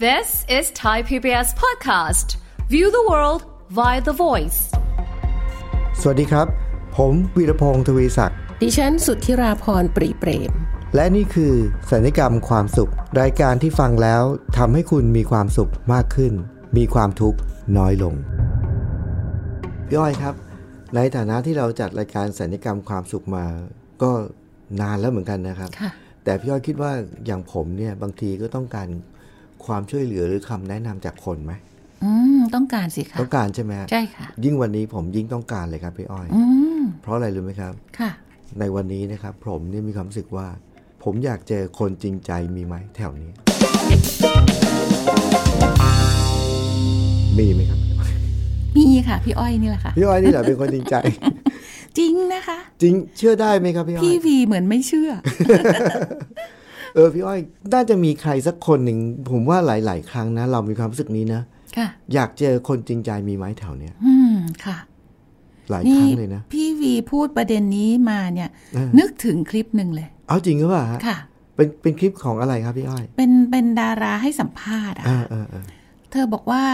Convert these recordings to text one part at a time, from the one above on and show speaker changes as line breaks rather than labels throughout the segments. This is Thai PBS Podcast. View the world via the voice.
สวัสดีครับ ผมวีรพงศ์ทวีศักดิ์
ดิฉันสุทธิราพรปรีเปรม
และนี่คือสัญญกรรมความสุข รายการที่ฟังแล้วทำให้คุณมีความสุขมากขึ้น มีความทุกข์น้อยลง พี่อ้อยครับ ในฐานะที่เราจัดรายการสัญญกรรมความสุขมา ก็นานแล้วเหมือนกันนะครับ
ค่ะ
แต่พี่อ้อยคิดว่าอย่างผมเนี่ยบางทีก็ต้องการความช่วยเหลือหรือคำแนะนำจากคนไหม
อืม ต้องการสิคะ
ต้องการใช่ไหมฮะ
ใช่ค่ะ
ยิ่งวันนี้ผมยิ่งต้องการเลยครับพี่อ้อย
อืม
เพราะอะไรรู้ไหมครับ
ค่ะ
ในวันนี้นะครับ ผมเนี่ยมีความรู้สึกว่า ผมอยากเจอคนจริงใจมีไหมแถวนี้ มีไหมครับ
มีค่ะ พี่อ้อยนี่แหละค่ะ
พี่อ้อยนี่แหละเป็นคนจริงใจ
จริงนะคะ
จริงเชื่อได้ไหมครับพี่อ้อ
พี่
ย
วีเหมือนไม่เชื่อ
เออพี่อ้อย น่าจะมีใครสักคนหนึ่งผมว่าหลาย ๆ ครั้งนะ เรามีความรู้สึกนี้นะ
ค่ะ
อยากเจอคนจริงใจมีไหมแถวเนี้ย
อืม ค่ะ
หลายค
นี่
รั้งเลยนะ
พี่วีพูดประเด็นนี้มาเนี่ย
เออ
นึกถึงคลิปหนึ่งเลย
เอาจริงหรือเปล่าฮะ
ค่ะ
เป็นเป็นคลิปของอะไรครับพี่อ้อย
เป็นเป็นดาราให้สัมภาษณ์อะ
อ่าเออเออ
เธอบอกว่า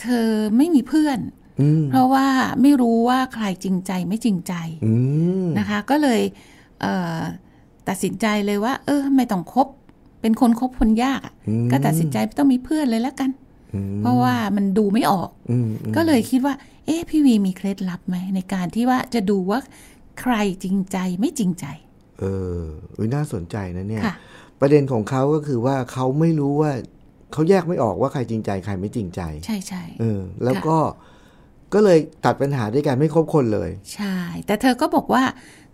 เธอไม่มีเพื่อน
อืม
เพราะว่าไม่รู้ว่าใครจริงใจไม่จริงใจ
อืม
นะคะก็เลยเอ่อตัดสินใจเลยว่า เออ ไม่ต้องคบ เป็นคนคบคนยากอะก็ตัดสินใจไม่ต้องมีเพื่อนเลยแล้วกัน
อืม
เพราะว่ามันดูไม่ออก
อืม
ก็เลยคิดว่า เอ๊ะพี่วีมีเคล็ดลับไหมในการที่ว่าจะดูว่าใครจริงใจไม่จริงใจ
เอออุ๊ยน่าสนใจนะเนี่ย
ค่ะ
ประเด็นของเขาก็คือว่าเขาไม่รู้ว่าเขาแยกไม่ออกว่าใครจริงใจใครไม่จริงใจ
ใช่ใช่
เออ แล้วก็ก็เลยตัดปัญหาด้วยการไม่คบคนเลย
ใช่ แต่เธอก็บอกว่า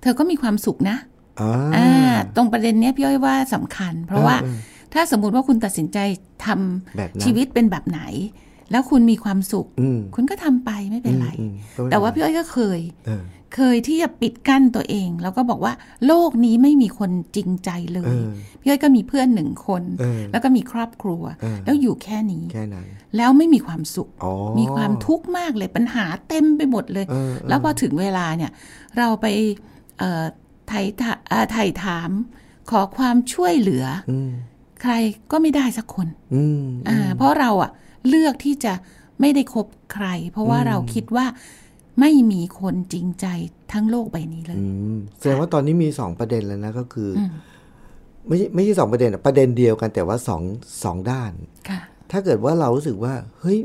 เธอก็มีความสุขนะ
อ่า
อ่าตรงประเด็นเนี้ยพี่อ้อยว่าสำคัญ เพราะว่าถ้าสมมุติว่าคุณตัดสินใจทำ
แบบนั้น
ชีวิตเป็นแบบไหน แล้วคุณมีความสุข
อืม
คุณก็ทำไปไม่เป็นไร
อืมก็ไม่
แต่ว่า
เป็นไร
พี่อ้อยก็เคย
เออ
เคยที่จะปิดกั้นตัวเอง แล้วก็บอกว่า โลกนี้ไม่มีคนจริงใจเล
เอย อ
พี่อ้อยก็มีเพื่อนหนึ่งคน
เออ
แล้วก็มีครอบครัว
เออ
แล้วอยู่แค่นี้
แค่นั้น
แล้วไม่มีความสุข
อ๋อ
มีความทุกข์มากเลยปัญหาเต็มไปหมดเลย
เออเออ
แล้วพอถึงเวลาเนี่ย เราไปเอ่อไถ่ถาเอ่อไถ่ถาม ขอความช่วยเหลือ
อืม
ใครก็ไม่ได้สักคน
อืม
อ่าเพราะเราอะเลือกที่จะไม่ได้คบใคร เพราะว่าเราคิดว่าไม่มีคนจริงใจทั้งโลกใบนี้เลย
อืมแสดงว่าตอนนี้มีสองประเด็นแล้วนะก็คืออ
ม
ไม่ใช่ไม่ใช่สองประเด็นอะประเด็นเดียวกันแต่ว่าสองสองด้าน
ค่ะ
ถ้าเกิดว่าเรารู้สึกว่า เฮ้ย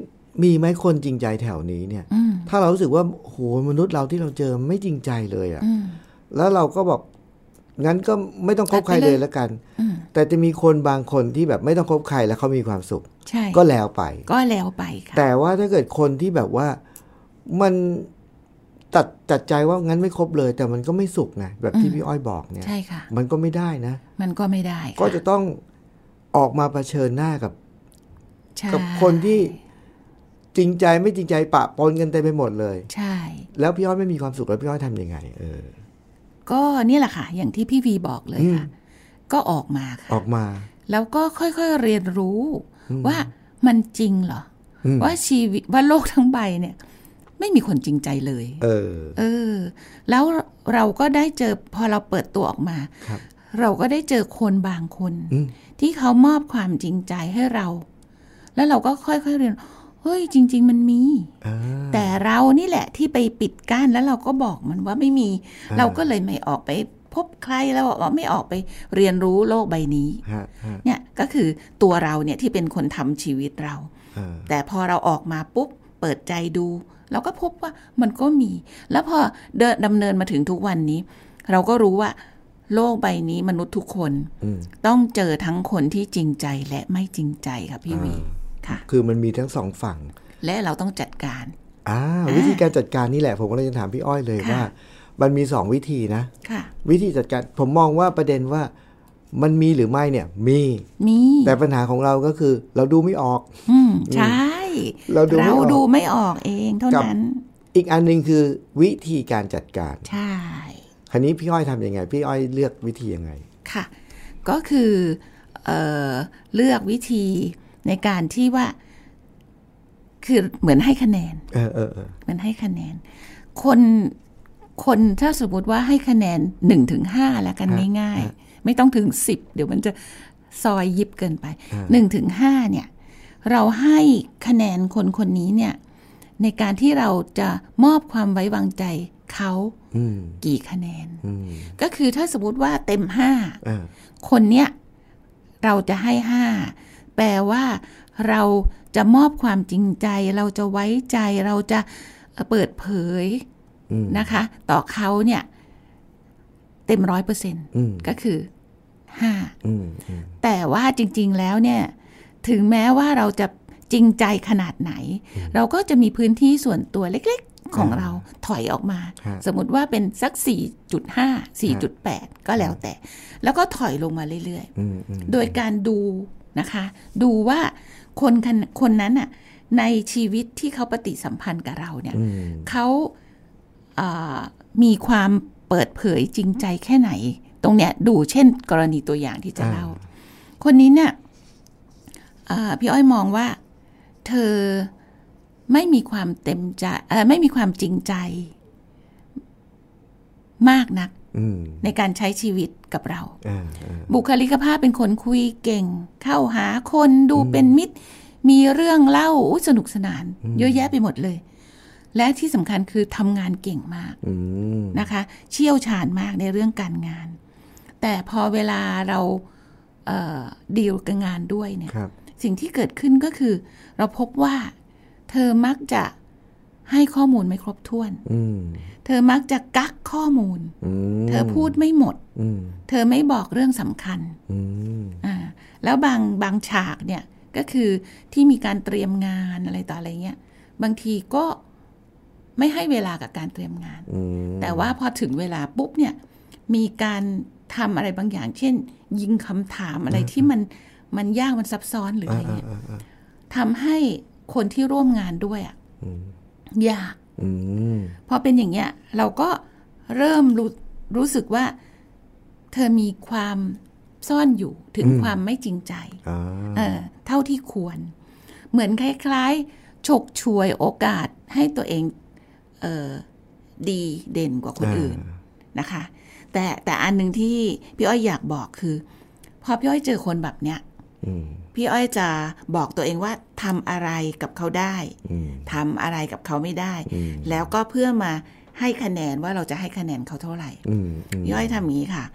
มีไหมคนจริงใจแถวนี้เนี่ย
อืม
ถ้าเรารู้สึกว่าโอ้โหมนุษย์เราที่เราเจอไม่จริงใจเลยอะ่ะ
อืม
แล้วเราก็บอกงั้นก็ไม่ต้องคบใครเลยละกัน
อืม
แต่จะมีคนบางคนที่แบบไม่ต้องคบใครแล้วเขามีความสุข
ใช่
ก็แล้วไป
ก็แล้วไปค่ะ
แต่ว่าถ้าเกิดคนที่แบบว่ามันตัดตัดใจว่างั้นไม่คบเลย แต่มันก็ไม่สุขไงแบบที่พี่อ้อยบอกเนี่ย
ใช่ค่ะ
มันก็ไม่ได้นะ
มันก็ไม่ได้ค่
ก็จะต้องออกมาเผชิญหน้ากับ
ใช่
กับคนที่จริงใจไม่จริงใจปะปนกันเต็มไปหมดเลย
ใช่
แล้วพี่อ้อยไม่มีความสุขแล้วพี่อ้อยทำยังไง เออ
ก็นี่แหละค่ะ อย่างที่พี่วีบอกเลยค่ะ ก็ออกมาค่ะ
ออกมา
แล้วก็ค่อยๆเรียนรู้ว่ามันจริงเหรออ
ม
ว่าชีวิตว่าโลกทั้งใบเนี่ย ไม่มีคนจริงใจเลย
เออ
เออ แล้วเราก็ได้เจอพอเราเปิดตัวออกมา
ครับ
เราก็ได้เจอคนบางคน
อืม
ที่เขามอบความจริงใจให้เรา แล้วเราก็ค่อยๆเรียน เฮ้ยจริง ๆ มันมี
อ่า
แต่เรานี่แหละที่ไปปิดกั้นแล้วเราก็บอกมันว่าไม่มี
อ่า
เราก็เลยไม่ออกไปพบใครแล้วว่าไม่ออกไปเรียนรู้โลกใบนี้
ฮะฮะ
เนี่ยก็คือตัวเราเนี่ยที่เป็นคนทำชีวิตเรา
เออ
แต่พอเราออกมาปุ๊บ เปิดใจดู เราก็พบว่ามันก็มี แล้วพอเดินดำเนินมาถึงทุกวันนี้ เราก็รู้ว่า โลกใบนี้มนุษย์ทุกคน
อืม
ต้องเจอทั้งคนที่จริงใจและไม่จริงใจค่ะพี่วีค่ะ
คือมันมีทั้งสองฝั่ง
และเราต้องจัดการ
อ่าวิธีการจัดการนี่แหละ ผมก็เลยจะถามพี่อ้อยเลย
ค่ะ
ว่า มันมีสองวิธีนะ
ค่ะ
วิธีจัดการผมมองว่าประเด็นว่า มันมีหรือไม่เนี่ย มี
มี
แต่ปัญหาของเราก็คือ เราดูไม่ออก
อืมใช่
เราดูไม่ออก
ดูไม่ออกเองเท่านั้น
อีกอันหนึ่งคือ วิธีการจัดการ
ใช่
คันนี้พี่อ้อยทำยังไง พี่อ้อยเลือกวิธียังไง
ค่ะ ก็คือเออเลือกวิธีในการที่ว่า คือเหมือนให้คะแนน
เออเออเออ
เหมือนให้คะแนน คนคนถ้าสมมติว่าให้คะแนนหนึ่งถึงห้าแล้วกันง่ายๆ ไม่ต้องถึงสิบเดี๋ยวมันจะซอยยิบเกินไปหนึ่งถึงห้าเนี่ย เราให้คะแนนคนคนนี้เนี่ยในการที่เราจะมอบความไว้วางใจเขา
อืม
กี่คะแนน
อืม
ก็คือถ้าสมมติว่าเต็มห้า
เออ
คนเนี้ยเราจะให้ห้าแปลว่าเราจะมอบความจริงใจ เราจะไว้ใจเราจะเปิดเผย
อืม
นะคะ ต่อเขาเนี่ยเต็มร้อยเปอร์เซ็นต์
อืม
ก็คือห้า
อืมอืม
แต่ว่าจริง ๆแล้วเนี่ยถึงแม้ว่าเราจะจริงใจขนาดไหน เราก็จะมีพื้นที่ส่วนตัวเล็กๆ ของเราถอยออกมา
ฮะ
สมมติว่าเป็นสัก 4.5 4.8 ก็แล้วแต่ แล้วก็ถอยลงมาเรื่อย
อืมอืม
ๆ โดยการดูนะคะ ดูว่าคนคนคนนั้นน่ะในชีวิตที่เขาปฏิสัมพันธ์กับเราเนี่ย
อืม
เขาเอ่อมีความเปิดเผยจริงใจแค่ไหน ตรงเนี้ยดูเช่นกรณีตัวอย่างที่จะเล่า คนนี้เนี่ยเอ่อพี่อ้อยมองว่า เธอไม่มีความเต็มใจเอ่อไม่มีความจริงใจ มากนัก
อืม
ในการใช้ชีวิตกับเรา
อ่าอ่า
บุคลิกภาพเป็นคนคุยเก่ง เข้าหาคนดูเป็นมิตร มีเรื่องเล่าอุ๊ยสนุกสนาน เยอะแยะไปหมดเลย และที่สำคัญคือทำงานเก่งมาก
อืม
นะคะเชี่ยวชาญมากในเรื่องการงาน แต่พอเวลาเราเอ่อดีลกับงานด้วยเนี่ย
ครับ
สิ่งที่เกิดขึ้นก็คือ เราพบว่าเธอมักจะให้ข้อมูลไม่ครบถ้วน
อืม
เธอมักจะกักข้อมูล
อืม
เธอพูดไม่หมด
อืม
เธอไม่บอกเรื่องสำคัญ
อืม
อ่าแล้วบางบางฉากเนี่ยก็คือที่มีการเตรียมงานอะไรต่ออะไรเงี้ยบางทีก็ไม่ให้เวลากับการเตรียมงาน
อืม
แต่ว่าพอถึงเวลาปุ๊บเนี่ยมีการทำอะไรบางอย่าง เช่น ยิงคำถามอะไรที่มันมันยากมันซับซ้อนหรืออะไรเงี้ย
อ่าอ่า
ทำให้คนที่ร่วมงานด้วยอะ
อืม
ยาก
อืม
พอเป็นอย่างเงี้ยเราก็เริ่มรู้รู้สึกว่า เธอมีความซ่อนอยู่ถึงความไม่จริงใจ
อ่า
เออเท่าที่ควร เหมือนคล้ายๆ ฉกฉวยโอกาสให้ตัวเองเออดีเด่นกว่าคนอื่น
า
นะคะ แต่แต่อันหนึ่งที่พี่อ้อยอยากบอกคือพอพี่อ้อยเจอคนแบบเนี้ย
อืม
พี่อ้อยจะบอกตัวเองว่าทำอะไรกับเขาได้
อืม
ทำอะไรกับเขาไม่ได้
อืม
แล้วก็เพื่อมาให้คะแนนว่าเราจะให้คะแนนเขาเท่าไหร่
อืมอืม
พี่อ้อยทำอย่างนี้ค่ะ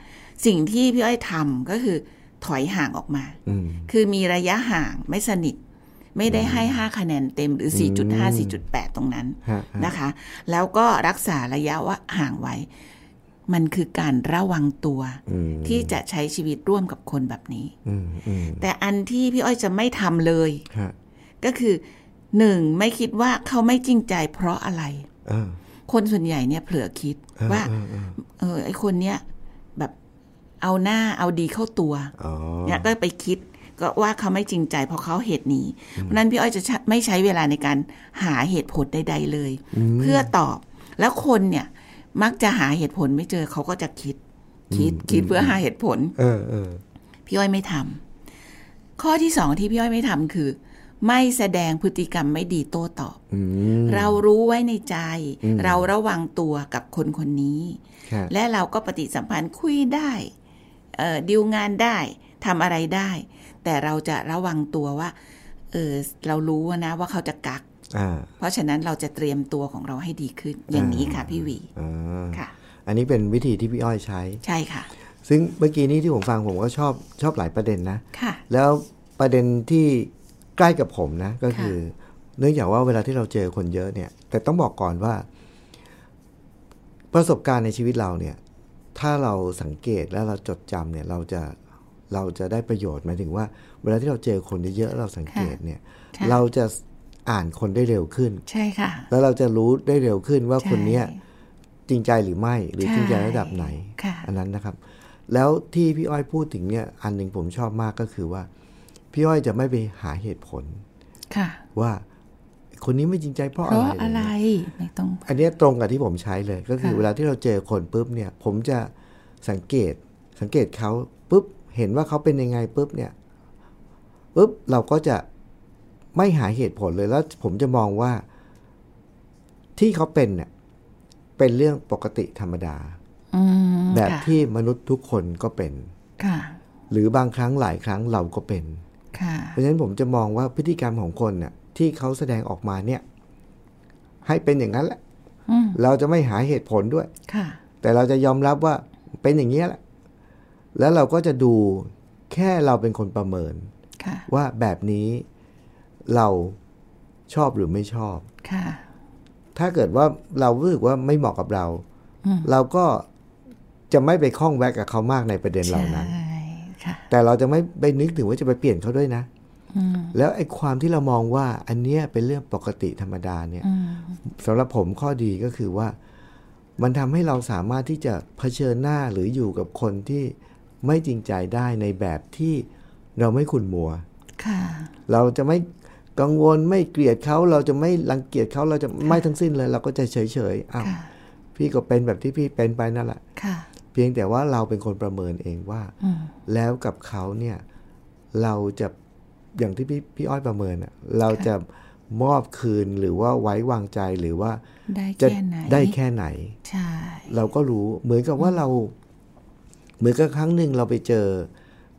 สิ่งที่พี่อ้อยทำก็คือถอยห่างออกมา
อืม
คือมีระยะห่างไม่สนิท ไม่ได้ให้ 5 คะแนนเต็มหรือ
อืม
4.5 4.8 ตรงนั้น
ฮะฮะ
นะคะ แล้วก็รักษาระยะว่าห่างไว้ มันคือการระวังตัว
อืม
ที่จะใช้ชีวิตร่วมกับคนแบบนี้
อืมอืม
แต่อันที่พี่อ้อยจะไม่ทำเลย
ฮะ
ก็คือหนึ่งไม่คิดว่าเขาไม่จริงใจเพราะอะไร
เออ
คนส่วนใหญ่เนี่ยเผลอคิด
เออ
ว่า
เออเออ
เออไอคนเนี้ยแบบเอาหน้าเอาดีเข้าตัว
อ๋อ
เนี่ยก็ไปคิดก็ว่าเขาไม่จริงใจเพราะเขาเหตุนี้ เพราะฉะนั้นพี่อ้อยจะใช้ไม่ใช้เวลาในการหาเหตุผลใด ๆ เลย เพื่อตอบแล้วคนเนี่ยมักจะหาเหตุผลไม่เจอเขาก็จะคิด คิดคิดเพื่อหาเหตุผล
เออเออ
พี่อ้อยไม่ทำข้อที่สองที่พี่อ้อยไม่ทำคือ ไม่แสดงพฤติกรรมไม่ดีโต้ตอบ
อืม
เรารู้ไว้ในใจ
อืม
เราระวังตัวกับคนคนนี้
ค่ะ
และเราก็ปฏิสัมพันธ์คุยได้เอ่อดีลงานได้ทำอะไรได้ แต่เราจะระวังตัวว่าเออเรารู้นะว่าเขาจะกัก
อ่า
เพราะฉะนั้นเราจะเตรียมตัวของเราให้ดีขึ้น อย่างนี้ค่ะพี่หวี
อ่า
ค่ะ
อันนี้เป็นวิธีที่พี่อ้อยใช้
ใช่ค่ะ
ซึ่งเมื่อกี้นี้ที่ผมฟังผมก็ชอบชอบหลายประเด็นนะ
ค่ะ
แล้วประเด็นที่ใกล้กับผมนะ ก็คือ เนื่องจากว่าเวลาที่เราเจอคนเยอะเนี่ย แต่ต้องบอกก่อนว่า ประสบการณ์ในชีวิตเราเนี่ย ถ้าเราสังเกตและเราจดจำเนี่ย เราจะเราจะได้ประโยชน์หมายถึงว่า เวลาที่เราเจอคนเยอะๆแล้วเราสังเกตเนี่ย
ค่ะ
เราจะอ่านคนได้เร็วขึ้น
ใช่ค่ะ
แล้วเราจะรู้ได้เร็วขึ้นว่าคนเนี้ย
ใช่
จริงใจหรือไม่หรือ
ใช่
จริงใจระดับไหน
ค่ะ
อันนั้นนะครับ แล้วที่พี่อ้อยพูดถึงเนี่ย อันหนึ่งผมชอบมากก็คือว่า พี่อ้อยจะไม่ไปหาเหตุผล
ค่ะ
ว่า คนนี้ไม่จริงใจเพราะ
เพ
อะไร
ราะอะไร
เนี่ย
ไม่ต้อง
อันเนี้ยตรงกับที่ผมใช้เลย ก็คือ
ค่ะ
เวลาที่เราเจอคนปุ๊บเนี่ย ผมจะสังเกตสังเกตเขาปุ๊บเห็นว่าเขาเป็นยังไงปุ๊บเนี่ยปุ๊บเราก็จะไม่หาเหตุผลเลยแล้ว ผมจะมองว่า ที่เขาเป็นเนี่ยเป็นเรื่องปกติธรรมดา
อืม
แบบ
ค่ะ
ที่มนุษย์ทุกคนก็เป็น
ค่ะ
หรือบางครั้งหลายครั้งเราก็เป็น
ค่ะ
เพราะฉะนั้นผมจะมองว่าพฤติกรรมของคนน่ะที่เขาแสดงออกมาเนี่ย ให้เป็นอย่างนั้นแหละ
อืม
เราจะไม่หาเหตุผลด้วย
ค่ะ
แต่เราจะยอมรับว่าเป็นอย่างนี้ยแหละ แล้วเราก็จะดูแค่เราเป็นคนประเมิน
ค่ะ
ว่าแบบนี้เราชอบหรือไม่ชอบ
ค่ะ
ถ้าเกิดว่าเรารู้สึกว่าไม่เหมาะกับเรา
อืม
เราก็จะไม่ไปคล้องแวะกับเขามากในประเด็นเหล่านั้น
ใช่ค่ะ
แต่เราจะไม่ไปนึกถึงว่าจะไปเปลี่ยนเขาด้วยนะ
อืม
แล้วไอ้ความที่เรามองว่าอันเนี้ยเป็นเรื่องปกติธรรมดาเนี่ย
อืม
สำหรับผมข้อดีก็คือว่า มันทำให้เราสามารถที่จะเผชิญหน้าหรืออยู่กับคนที่ไม่จริงใจได้ในแบบที่เราไม่ขุ่นมัว
ค่ะ
เราจะไม่กังวลไม่เกลียดเขาเราจะไม่รังเกียจเขาเราจะไม่ทั้งสิ้นเลย เราก็จะเฉยเฉยๆอ้าว
ค่ะ
พี่ก็เป็นแบบที่พี่เป็นไปนั่นแหละ
ค่ะ
เพียงแต่ว่าเราเป็นคนประเมินเองว่า
อืม
แล้วกับเขาเนี่ยเราจะอย่างที่พี่พี่อ้อยประเมินอะเราจะมอบคืนหรือว่าไว้วางใจหรือว่า
ได้
จะ
แค่ไหน
ได้แค่ไหน
ใช่
เราก็รู้เหมือนกับว่าเรา เหมือนกับครั้งหนึ่งเราไปเจอ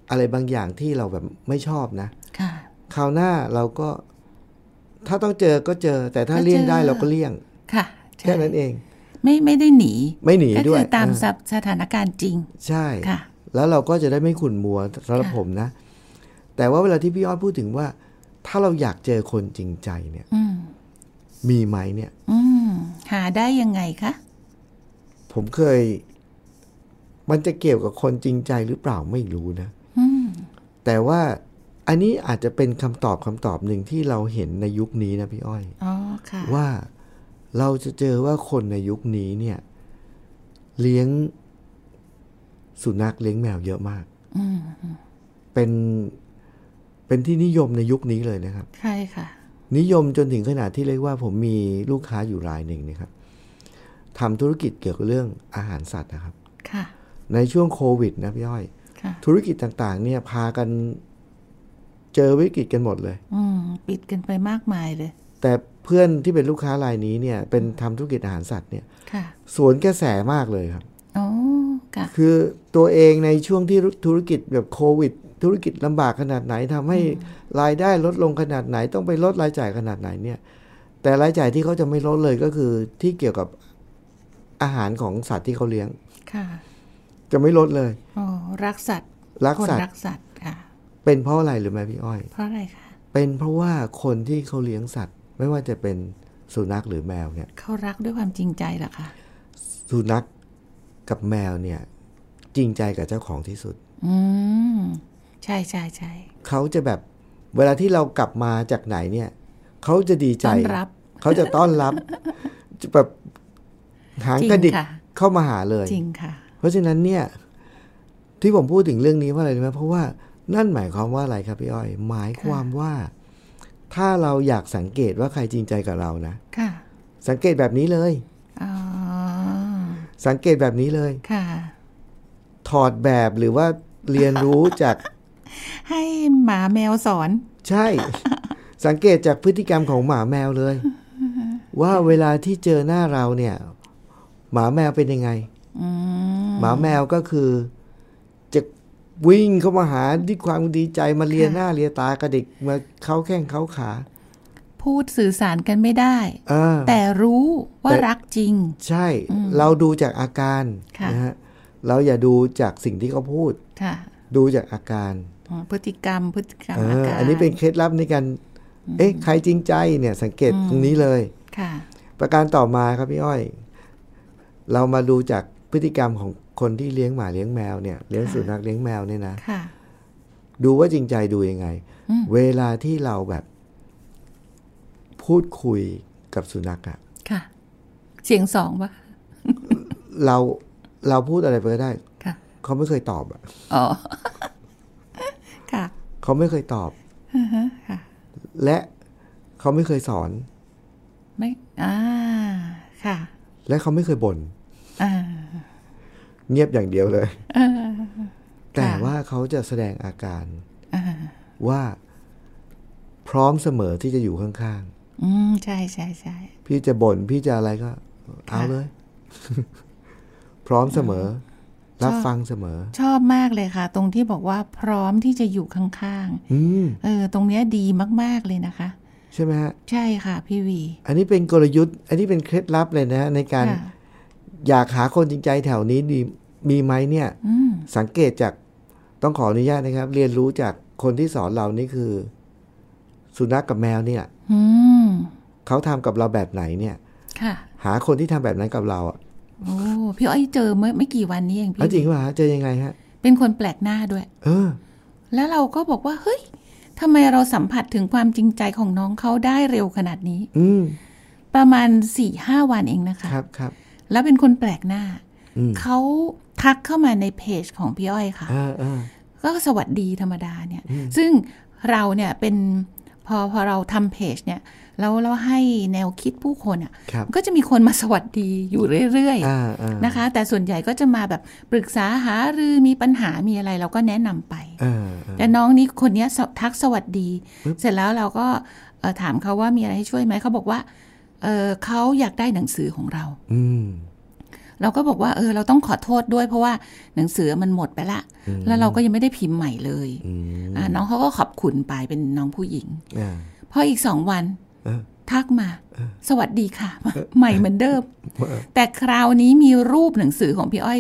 อะไรบางอย่างที่เราแบบไม่ชอบนะ
ค่ะ
คราวหน้าเราก็ ถ้าต้องเจอก็เจอ แต่ถ้าเลี่ยงได้เราก็เลี่ยง
ค่ะใช่
แค่นั้นเอง
ไม่ไม่ได้หนี
ไม่หนี
ก็
ด้ว
คื
ย
อตาม
เออ
สภสถานการณ์จริง
ใช่
ค่ะ
แล้วเราก็จะได้ไม่ขุ่นมัวสำหรับ
ค่ะ
ผมนะ แต่ว่าเวลาที่พี่อ้อยพูดถึงว่า ถ้าเราอยากเจอคนจริงใจเนี่ย
อืม
มีไหมเนี่ย
อืม หาได้ยังไงคะ
ผมเคย มันจะเกี่ยวกับคนจริงใจหรือเปล่าไม่รู้นะ
อืม
แต่ว่าอันนี้อาจจะเป็นคำตอบคำตอบหนึ่งที่เราเห็นในยุคนี้นะพี่อ้อย
อ๋อ ค่ะ
ว่าเราจะเจอว่าคนในยุคนี้เนี่ย เลี้ยงสุนัขเลี้ยงแมวเยอะมาก
อืม
เป็นเป็นที่นิยมในยุคนี้เลยนะครับ
ใช่ค่ะ
นิยมจนถึงขนาดที่เรียกว่าผมมีลูกค้าอยู่รายหนึ่งนะครับทำธุรกิจเกี่ยวกับเรื่องอาหารสัตว์นะครับ
ค่ะ
ในช่วงโควิดนะพี่อ้อย
ค่ะ
ธุรกิจต่างๆ เนี่ยพากันเจอวิกฤตกันหมดเลย
อืม ปิดกันไปมากมายเลย
แต่เพื่อนที่เป็นลูกค้ารายนี้เนี่ย เป็นทำธุรกิจอาหารสัตว์เนี่ย
ค่ะ
สวนกระแสมากเลยครับ
อ๋อ ค่ะ
คือตัวเองในช่วงที่ธุรกิจแบบโควิด ธุรกิจลำบากขนาดไหนทำให้รายได้ลดลงขนาดไหน ต้องไปลดรายจ่ายขนาดไหนเนี่ย แต่รายจ่ายที่เขาจะไม่ลดเลยก็คือที่เกี่ยวกับอาหารของสัตว์ที่เขาเลี้ยง
ค่ะ
จะไม่ลดเลย
อ๋อ รักสัตว์
รัก
คน
สัต
รั
ว์
กสัตว์ค่ะ
เป็นเพราะอะไรหรือไม่พี่อ้อย
เพราะอะไรคะ
เป็นเพราะว่าคนที่เขาเลี้ยงสัตว์ ไม่ว่าจะเป็นสุนัขหรือแมวเนี่ย
เขารักด้วยความจริงใจเหรอคะ
สุนัขกับแมวเนี่ย จริงใจกับเจ้าของที่สุด
อืม ใช่ใช่ใช่
เขาจะแบบเวลาที่เรากลับมาจากไหนเนี่ย เขาจะดีใจ
ต้อนรับ
เขาจะต้อน รับ จะแบบหางกระดิก
จริงค่ะ
เข้ามาหาเลย
จริงค่ะ
เพราะฉะนั้นเนี่ย ที่ผมพูดถึงเรื่องนี้เพราะอะไรรู้ไหมเพราะว่านั่นหมายความว่าอะไรครับพี่อ้อย หมายความว่า ถ้าเราอยากสังเกตว่าใครจริงใจกับเรานะ
ค่ะ
สังเกตแบบนี้เลย
อ๋อ
สังเกตแบบนี้เลย
ค่ะ
ถอดแบบหรือว่าเรียนรู้จาก
ให้หมาแมวสอน
ใช่ สังเกตจากพฤติกรรมของหมาแมว เลย ว่าเวลาที่เจอหน้าเราเนี่ย หมาแมวเป็นยังไง
อืม
หมาแมวก็คือ จะวิ่งเข้ามาหาด้วยความดีใจมาเลียหน้าเลียตากระดิกมาเข้าแข้งเข้าขา
พูดสื่อสารกันไม่ได้
เออ
แต่รู้ว่า
แต่
รักจริง
ใช่ เราดูจากอาการ
ค่ะ
นะฮะเราอย่าดูจากสิ่งที่เขาพูด
ค่ะ
ดูจากอาการ
อ๋อพฤติกรรมพฤติกรรม
เอ
อา
อ
การ
อันนี้เป็นเคล็ดลับในการเอ๊ะใครจริงใจเนี่ย สังเกตตรงนี้เลย
ค่ะ
ประการต่อมาครับพี่อ้อย เรามาดูจากพฤติกรรมของคนที่เลี้ยงหมาเลี้ยงแมวเนี่ยเลี้ยงสุนัขเลี้ยงแมวเนี่ยนะ
ค่ะ
ดูว่าจริงใจดูยังไง
อืม
เวลาที่เราแบบ พูดคุยกับสุนัขอะ
ค่ะ เสียงสองปะ
เราเราพูดอะไรไปก็ได้
ค่ะ
เขาไม่เคยตอบอะ
อ๋อ ค่ะ
เขาไม่เคยตอบ
อือฮะค่ะ
และเขาไม่เคยสอน
ไม่ อ่า ค่ะ
และเขาไม่เคยบ่น
อ่า
เงียบอย่างเดียวเลย
เออ
แต่ว่าเขาจะแสดงอาการ
อ่า
ว่าพร้อมเสมอที่จะอยู่ข้างๆ
อืม ใช่ใช่ใช่
พี่จะบ่นพี่จะอะไรก็ เอา
ค่ะ
เลย พร้อมเสมอ รับ
ชอบ
ฟังเสมอ
ชอบมากเลยค่ะ ตรงที่บอกว่าพร้อมที่จะอยู่ข้าง
อืม
ๆ เออ ตรงเนี้ยดีมากๆเลยนะคะ
ใช่ไหมฮะ
ใช่ค่ะ พี่วี
อันนี้เป็นกลยุทธ์ อันนี้เป็นเคล็ดลับเลยนะฮะในการ
ค่ะ
อยากหาคนจริงใจแถวนี้ดีมีไหมเนี่ย
อืม
สังเกตจากต้องขออนุญาตนะครับ เรียนรู้จากคนที่สอนเรานี่คือ สุนัขกับแมวเนี่ย
อืม
เขาทำกับเราแบบไหนเนี่ย
ค่ะ
หาคนที่ทำแบบนั้นกับเราอ่ะ
โอ้ พี่อ้อยเจอเมื่อไม่กี่วันนี้เองพี่
แล้วจริงป่ะฮะเจอยังไงฮะ
เป็นคนแปลกหน้าด้วย
เออ
แล้วเราก็บอกว่า เฮ้ยทำไมเราสัมผัสถึงความจริงใจของน้องเขาได้เร็วขนาดนี้
อืม
ประมาณสี่ห้าวันเองนะคะ
ครับครับ
แล้วเป็นคนแปลกหน้า
อืม
เขาทักเข้ามาในเพจของพี่อ้อยค่ะ
เออเออ
ก็สวัสดีธรรมดาเนี่ย ซึ่งเราเนี่ยเป็นพอพอเราทำเพจเนี่ยแล้วเราให้แนวคิดผู้คนอะ
ครั่
ะ
บ
ก็จะมีคนมาสวัสดีอยู่เรื่อย
อ่าอ่า
ๆนะคะ แต่ส่วนใหญ่ก็จะมาแบบปรึกษาหารือมีปัญหามีอะไรเราก็แนะนำไป
เออเออ
แต่น้องนี้คนเนี้ยสทักสวัสดี
ปึ๊บ
เสร็จแล้วเราก็เอ่อถามเขาว่ามีอะไรให้ช่วยไหมเขาบอกว่าเอ่อเขาอยากได้หนังสือของเรา
อืม
เราก็บอกว่าเออเราต้องขอโทษด้วยเพราะว่าหนังสือมันหมดไปละ แล้วเราก็ยังไม่ได้พิมพ์ใหม่เลย
อืม
อ่าน้องเขาก็ขอบคุณไปเป็นน้องผู้หญิง
อ่า
พออีกสองวัน
เออ
ทักมา สวัสดีค่ะ ใหม่เหมือนเดิมแต่คราวนี้มีรูปหนังสือของพี่อ้อย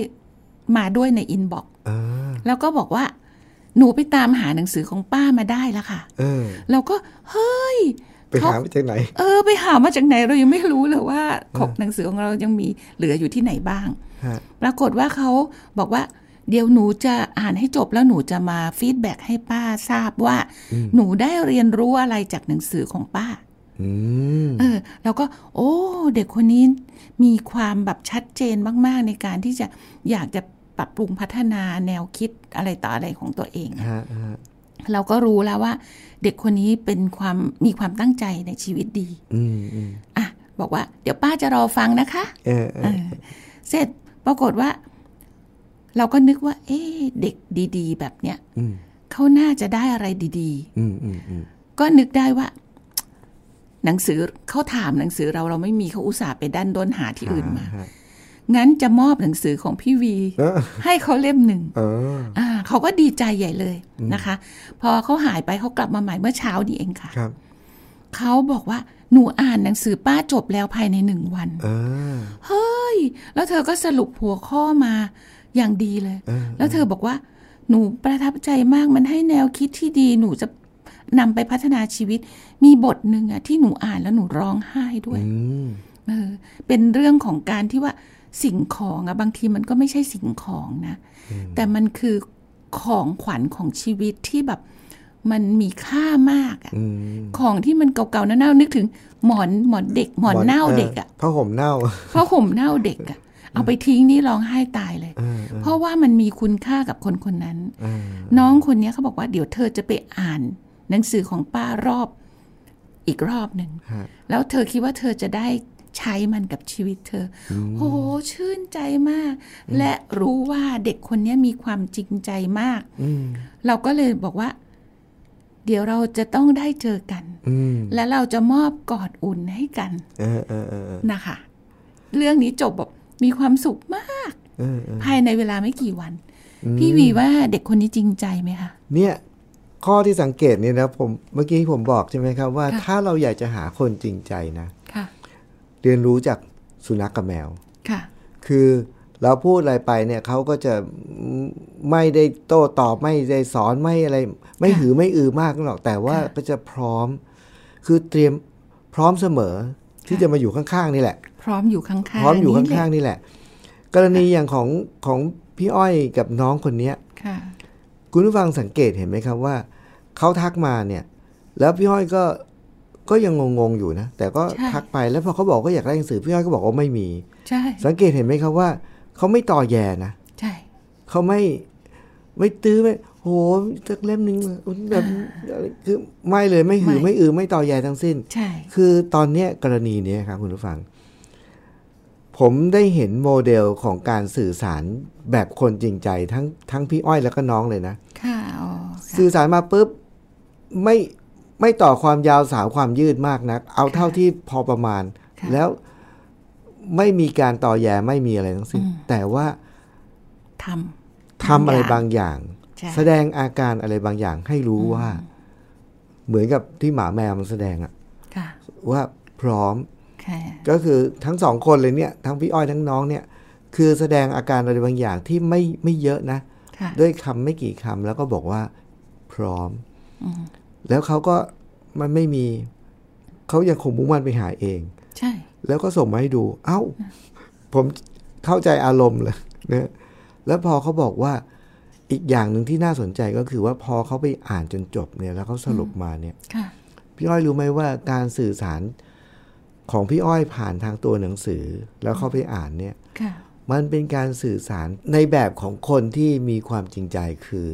มาด้วยในอินบ็อกซ์
เออ
แล้วก็บอกว่า หนูไปตามหาหนังสือของป้ามาได้แล้วค่ะ
เออ
เราก็เฮ้ย
ไป
เขา
หามาจากไหน
เออ ไปหามาจากไหนเรายังไม่รู้เลยว่าของหนังสือของเรายังมีเหลืออยู่ที่ไหนบ้าง
ฮะ
ปรากฏว่าเขาบอกว่า เดี๋ยวหนูจะอ่านให้จบแล้วหนูจะมาฟีดแบ็กให้ป้าทราบว่า หนูได้เรียนรู้อะไรจากหนังสือของป้า
อืม
เออแล้วก็ โอ้ เด็กคนนี้มีความแบบชัดเจนมาก ๆ ในการที่จะอยากจะปรับปรุงพัฒนาแนวคิดอะไรต่ออะไรของตัวเอง
ฮะฮะ
เราก็รู้แล้วว่า เด็กคนนี้เป็นความมีความตั้งใจในชีวิตดี
อืมอืม
อ่ะบอกว่า เดี๋ยวป้าจะรอฟังนะคะ
เออเออ
เสร็จปรากฏว่า เราก็นึกว่า เอ๊ะเด็กดี ๆ แบบเนี้ย
อืม
เขาน่าจะได้อะไรดี
อืมอืมอืม
ๆ ก็นึกได้ว่า หนังสือเขาถามหนังสือเราเราไม่มีเขาอุตส่าห์ไปด้านด้นหาที่อื่นมา
ฮะ
งั้นจะมอบหนังสือของพี่วี
เออ
ให้เขาเล่มหนึ่ง
เออ
อ่าเขาก็ดีใจใหญ่เลยนะคะ พอเขาหายไปเขากลับมาใหม่เมื่อเช้านี้เองค่ะ
ครับ
เขาบอกว่าหนูอ่านหนังสือป้าจบแล้วภายในหนึ่งวัน
เออ
เฮ้ย แล้วเธอก็สรุปหัวข้อมาอย่างดีเลย
เออ
แล้วเธอบอกว่า หนูประทับใจมาก มันให้แนวคิดที่ดี หนูจะนำไปพัฒนาชีวิต มีบทหนึ่งอะที่หนูอ่านแล้วหนูร้องไห้ด้วย
อืม
เออ เป็นเรื่องของการที่ว่าสิ่งของอะบางทีมันก็ไม่ใช่สิ่งของนะ แต่มันคือของขวัญของชีวิตที่แบบ มันมีค่ามากอะ
อืม
ของที่มันเก่าๆเน่าๆนึกถึงหมอนหมอนเด็ก หมอนเน่าเด็กอะ
ผ้าห่มเน่า
เพราะห่มเน่าเด็กอะเอาไปทิ้งนี่ร้องไห้ตายเลย
เออเออ
เพราะว่ามันมีคุณค่ากับคนคนนั้น
เออ
น้องคนเนี้ยเขาบอกว่าเดี๋ยวเธอจะไปอ่านหนังสือของป้ารอบอีกรอบหนึ่ง
ฮะ
แล้วเธอคิดว่าเธอจะได้ใช้มันกับชีวิตเธออโอ้โหชื่นใจมาก และรู้ว่าเด็กคนเนี้ยมีความจริงใจมาก
อืม
เราก็เลยบอกว่า เดี๋ยวเราจะต้องได้เจอกัน
อืม
และเราจะมอบกอดอุ่นให้กัน
เออเออเออเออ
นะคะ เรื่องนี้จบแบบมีความสุขมาก
เออเออ
ภายในเวลาไม่กี่วัน พี่วีว่าเด็กคนนี้จริงใจไหมคะ
เนี่ย ข้อที่สังเกตเนี่ยนะผม เมื่อกี้ผมบอกใช่ไหมครับว่า ถ้าเราอยากจะหาคนจริงใจนะ
ค่ะ
เรียนรู้จากสุนัขกับแมว
ค่ะ
คือเราพูดอะไรไปเนี่ยเขาก็จะไม่ได้โต้ตอบไม่ได้สอนไม่อะไร ไม่หือไม่อือมากหรอกแต่ว่าก็จะพร้อม คือเตรียมพร้อมเสมอที่จะมาอยู่ข้างๆนี่แหละ
พร้อมอยู่ข้างๆ
พร้อมอยู่ข้าง
นี่แหละ
ๆนี่แหละ กรณีอย่างของของพี่อ้อยกับน้องคนเนี้ย
ค่ะ
คุณผู้ฟังสังเกตเห็นไหมครับว่าเขาทักมาเนี่ย แล้วพี่อ้อยก็ก็ยังงงๆอยู่นะ แต่ก็
ใช่
ทักไปแล้วพอเขาบอกก็อยากได้หนังสือพี่อ้อยก็บอกว่าไม่มี
ใช่
สังเกตเห็นไหมครับว่าเขาไม่ต่อแย่นะ
ใช่
เขาไม่ไม่ตื้อไม่โหสักเล่มหนึ่งแบบคือไม่เลยไม่หือไม่อือไม่ต่อแยทั้งสิ้น
ใช่
คือตอนเนี้ยกรณีเนี้ยครับคุณผู้ฟัง ผมได้เห็นโมเดลของการสื่อสารแบบคนจริงใจทั้งทั้งพี่อ้อยแล้วก็น้องเลยนะ
ค่ะอ๋อค่ะ
สื่อสารมาปุ๊บไม่ไม่ต่อความยาวสาวความยืดมากนัก เอาเท่าที่พอประมาณ
ค่ะ
แล้วไม่มีการต่อแยไม่มีอะไรทั้งสิ้นแต่ว่า
ท ทำ
ทำอะไรบางอย่าง
ใช่
แสดงอาการอะไรบางอย่างให้รู้ว่า เหมือนกับที่หมาแมวมันแสดงอะ
ค่ะ
ว่าพร้อม
ค่ะ
ก็คือทั้งสองคนเลยเนี่ย ทั้งพี่อ้อยทั้งน้องเนี่ย คือแสดงอาการอะไรบางอย่างที่ไม่ไม่เยอะนะ
ค่ะ
ด้วยคำไม่กี่คำแล้วก็บอกว่า พร้อม แล้วเขาก็มันไม่มี เขายังคงมุ่งมั่นไปหาเอง
ใช่
แล้วก็ส่งมาให้ดู เอ้ า ผมเข้าใจอารมณ์เลยนะแล้วพอเขาบอกว่าอีกอย่างหนึ่งที่น่าสนใจก็คือว่าพอเขาไปอ่านจนจบเนี่ย แล้วเขาสรุปมาเนี่ย
ค่ะ
พี่อ้อยรู้ไหมว่าการสื่อสารของพี่อ้อยผ่านทางตัวหนังสือ แล้วเข้าไปอ่านเนี่ย
ค่ะ
มันเป็นการสื่อสารในแบบของคนที่มีความจริงใจคือ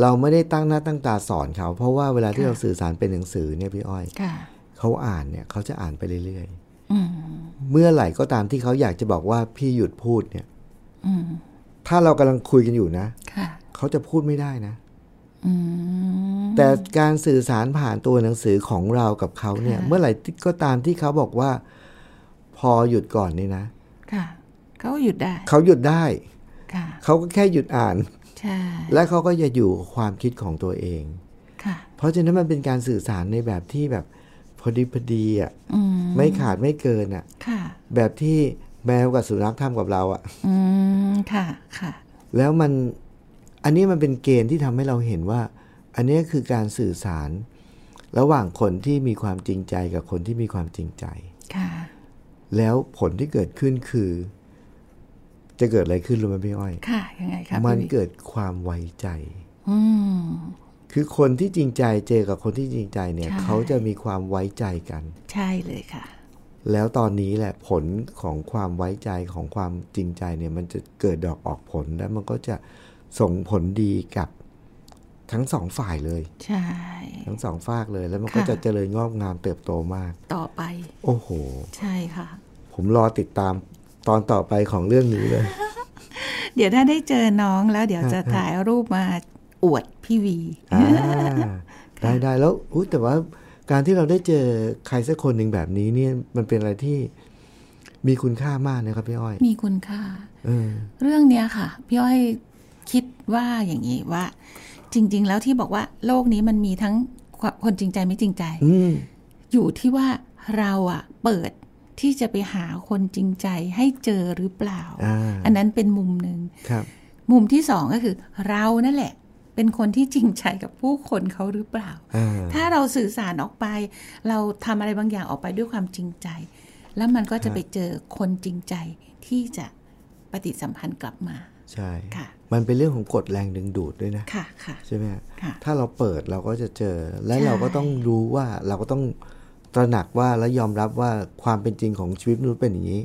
เราไม่ได้ตั้งหน้าตั้งตาสอนเขา เพราะว่าเวลาที่
ค่ะ
เราสื่อสารเป็นหนังสือเนี่ยพี่อ้อย
ค่ะ
เขาอ่านเนี่ยเขาจะอ่านไปเรื่อย
อืม
ๆ เมื่อไหร่ก็ตามที่เขาอยากจะบอกว่าพี่หยุดพูดเนี่ย
อืม
ถ้าเรากำลังคุยกันอยู่นะ
ค่ะ
เขาจะพูดไม่ได้นะ
อืม
แต่การสื่อสารผ่านตัวหนังสือของเรากับเขาเนี่ย
ค่ะ
เมื่อไหร่ก็ตามที่เขาบอกว่า พอหยุดก่อนนี่นะ
ค่ะเขาก็หยุดได้
เขาหยุดได้
ค่ะ
เขาก็แค่หยุดอ่าน
ใช่
และเขาก็จะอยู่กับความคิดของตัวเอง
ค่ะ
เพราะฉะนั้นมันเป็นการสื่อสารในแบบที่แบบพอดีพอดีอ่ะ
อืม
ไม่ขาดไม่เกินอ่ะ
ค่ะ
แบบที่แมวกับสุนัขทำกับเราอ่ะ
อืมค่ะค่ะ
แล้วมันอันนี้มันเป็นเกณฑ์ที่ทำให้เราเห็นว่า อันนี้คือการสื่อสาร ระหว่างคนที่มีความจริงใจกับคนที่มีความจริงใจ
ค่ะ
แล้วผลที่เกิดขึ้นคือ จะเกิดอะไรขึ้นรู้ไหมพี่อ้อย
ค่ะยังไงครับ
มัน
พี่วิ
เกิดความไว้ใจ
อืม
คือคนที่จริงใจเจอกับคนที่จริงใจเนี่ย
ใช่
เขาจะมีความไว้ใจกัน
ใช่เลยค่ะ
แล้วตอนนี้แหละผลของความไว้ใจของความจริงใจเนี่ย มันจะเกิดดอกออกผลแล้วมันก็จะส่งผลดีกับทั้งสองฝ่ายเลย
ใช่
ทั้งสองฝากเลยแล้วมันก็
ค่ะ
จะเจริญงอกงามเติบโตมาก
ต่อไป
โอ้โห
ใช่ค่ะ
ผมรอติดตามตอนต่อไปของเรื่องนี้เลย
เดี๋ยวถ้าได้เจอน้องแล้วเดี๋ยวจะถ่ายรูปมาอวดพี่วี
อ่า ได้ได้แล้วอุ๊ยแต่ว่าการที่เราได้เจอใครสักคนหนึ่งแบบนี้เนี่ยมันเป็นอะไรที่มีคุณค่ามากนะครับพี่อ้อย
มีคุณค่า
เออ
เรื่องเนี้ยค่ะพี่อ้อยคิดว่าอย่างนี้ว่า จริง ๆ แล้วที่บอกว่าโลกนี้มันมีทั้งความคนจริงใจไม่จริงใจ
อืม
อยู่ที่ว่าเราอะเปิดที่จะไปหาคนจริงใจให้เจอหรือเปล่า
อ่า
อันนั้นเป็นมุมหนึ่ง
ครับ
มุมที่สองก็คือ เรานั่นแหละ เป็นคนที่จริงใจกับผู้คนเขาหรือเปล่า
อ่า
ถ้าเราสื่อสารออกไป เราทำอะไรบางอย่างออกไปด้วยความจริงใจ แล้วมันก็จะไปเจอคนจริงใจที่จะปฏิสัมพันธ์กลับมา
ใช่
ค่ะ
มันเป็นเรื่องของกฎแรงดึงดูดด้วยนะ
ค่ะค่ะ
ใช่ไหมฮะ
ค่ะ
ถ้าเราเปิดเราก็จะเจอ และ
ใช่
เราก็ต้องรู้ว่าเราก็ต้องตระหนักว่าและยอมรับว่าความเป็นจริงของชีวิตมนุษย์เป็นอย่างนี้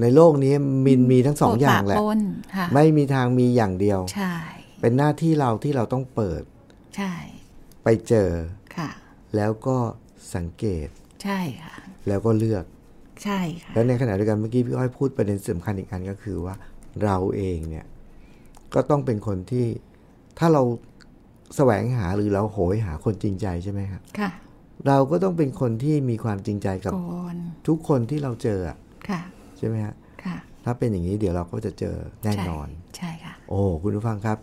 ในโลกนี้มินมีทั้งสองอย่างแหละ
โปปนค่ะ
ไม่มีทางมีอย่างเดียว
ใช่
เป็นหน้าที่เราที่เราต้องเปิด
ใช่
ไปเจอ
ค่ะ
แล้วก็สังเกต
ใช่ค่ะ
แล้วก็เลือก
ใช่ค่ะ
และในขณะเดียวกันเมื่อกี้พี่อ้อยพูดประเด็นสำคัญอีกอันก็คือว่าเราเองเนี่ย ก็ต้องเป็นคนที่ถ้าเราแสวงหาหรือเราโหยหาคนจริงใจใช่ไหมครับ
ค่ะ
เราก็ต้องเป็นคนที่มีความจริงใจกับ
โกน
ทุกคนที่เราเจออะ
ค่ะ
ใช่ไหมฮะ
ค่ะ
ถ้าเป็นอย่างนี้เดี๋ยวเราก็จะเจอแน่นอน
ใช่ใช่ค่ะ
โอ้คุณผู้ฟังครับ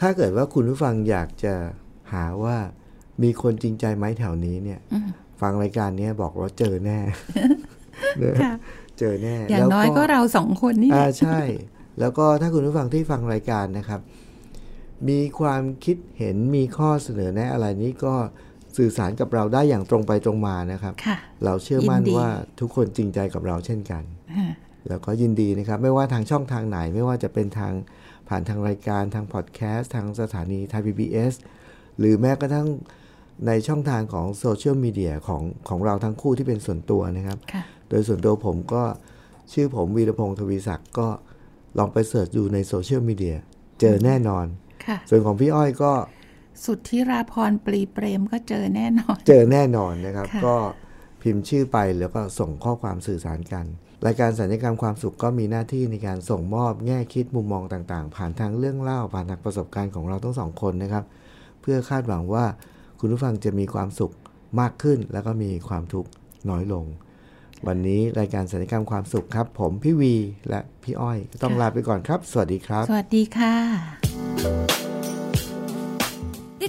ถ้าเกิดว่าคุณผู้ฟังอยากจะหาว่ามีคนจริงใจไหมแถวนี้เนี่ย ฟังรายการเนี้ยบอกว่าเจอแน่
ค่ะ
เจอแน่
อย่างน้อยก็เราสองคนนี่แห
อ่า
ละ
ใช่ แล้วก็ถ้าคุณผู้ฟังที่ฟังรายการนะครับ มีความคิดเห็นมีข้อเสนอแนะอะไรนี้ก็สื่อสารกับเราได้อย่างตรงไปตรงมานะครับ
ค่ะ
เราเชื่อมั่น
ยินดี
ว่าทุกคนจริงใจกับเราเช่นกัน
อ่า
แล้วก็ยินดีนะครับ ไม่ว่าทางช่องทางไหนไม่ว่าจะเป็นทางผ่านทางรายการทางพอดแคสต์ทางสถานีไทยพีบีหรือแม้กระทั่งในช่องทางของโซเชียลมีเดียของของเราทั้งคู่ที่เป็นส่วนตัวนะครับ
ค่ะ
โดยส่วนตัวผมก็ชื่อผมวีรพงศ์ทวีศักดิ์ก็ลองไปเสิร์ชดูในโซเชียลมีเดียเจอแน่นอน
ค่ะ
ส่วนของพี่อ้อยก็
สุดที่ราพรปรีเปรมก็เจอแน่นอน
เจอแน่นอนนะครับ
ค่ะ
ก็พิมพ์ชื่อไปแล้วก็ส่งข้อความสื่อสารกัน รายการสัญญกรรมความสุขก็มีหน้าที่ในการส่งมอบแง่คิดมุมมองต่างๆ ผ่านทางเรื่องเล่าผ่านทางประสบการณ์ของเราทั้งสองคนนะครับ เพื่อคาดหวังว่าคุณผู้ฟังจะมีความสุขมากขึ้น แล้วก็มีความทุกข์น้อยลง วันนี้รายการสัญญกรรมความสุขครับ ผมพี่วีและพี่อ้อย ต้องลาไปก่อนครับ สวัสดีครับ
สวัสดีค่ะ
ติ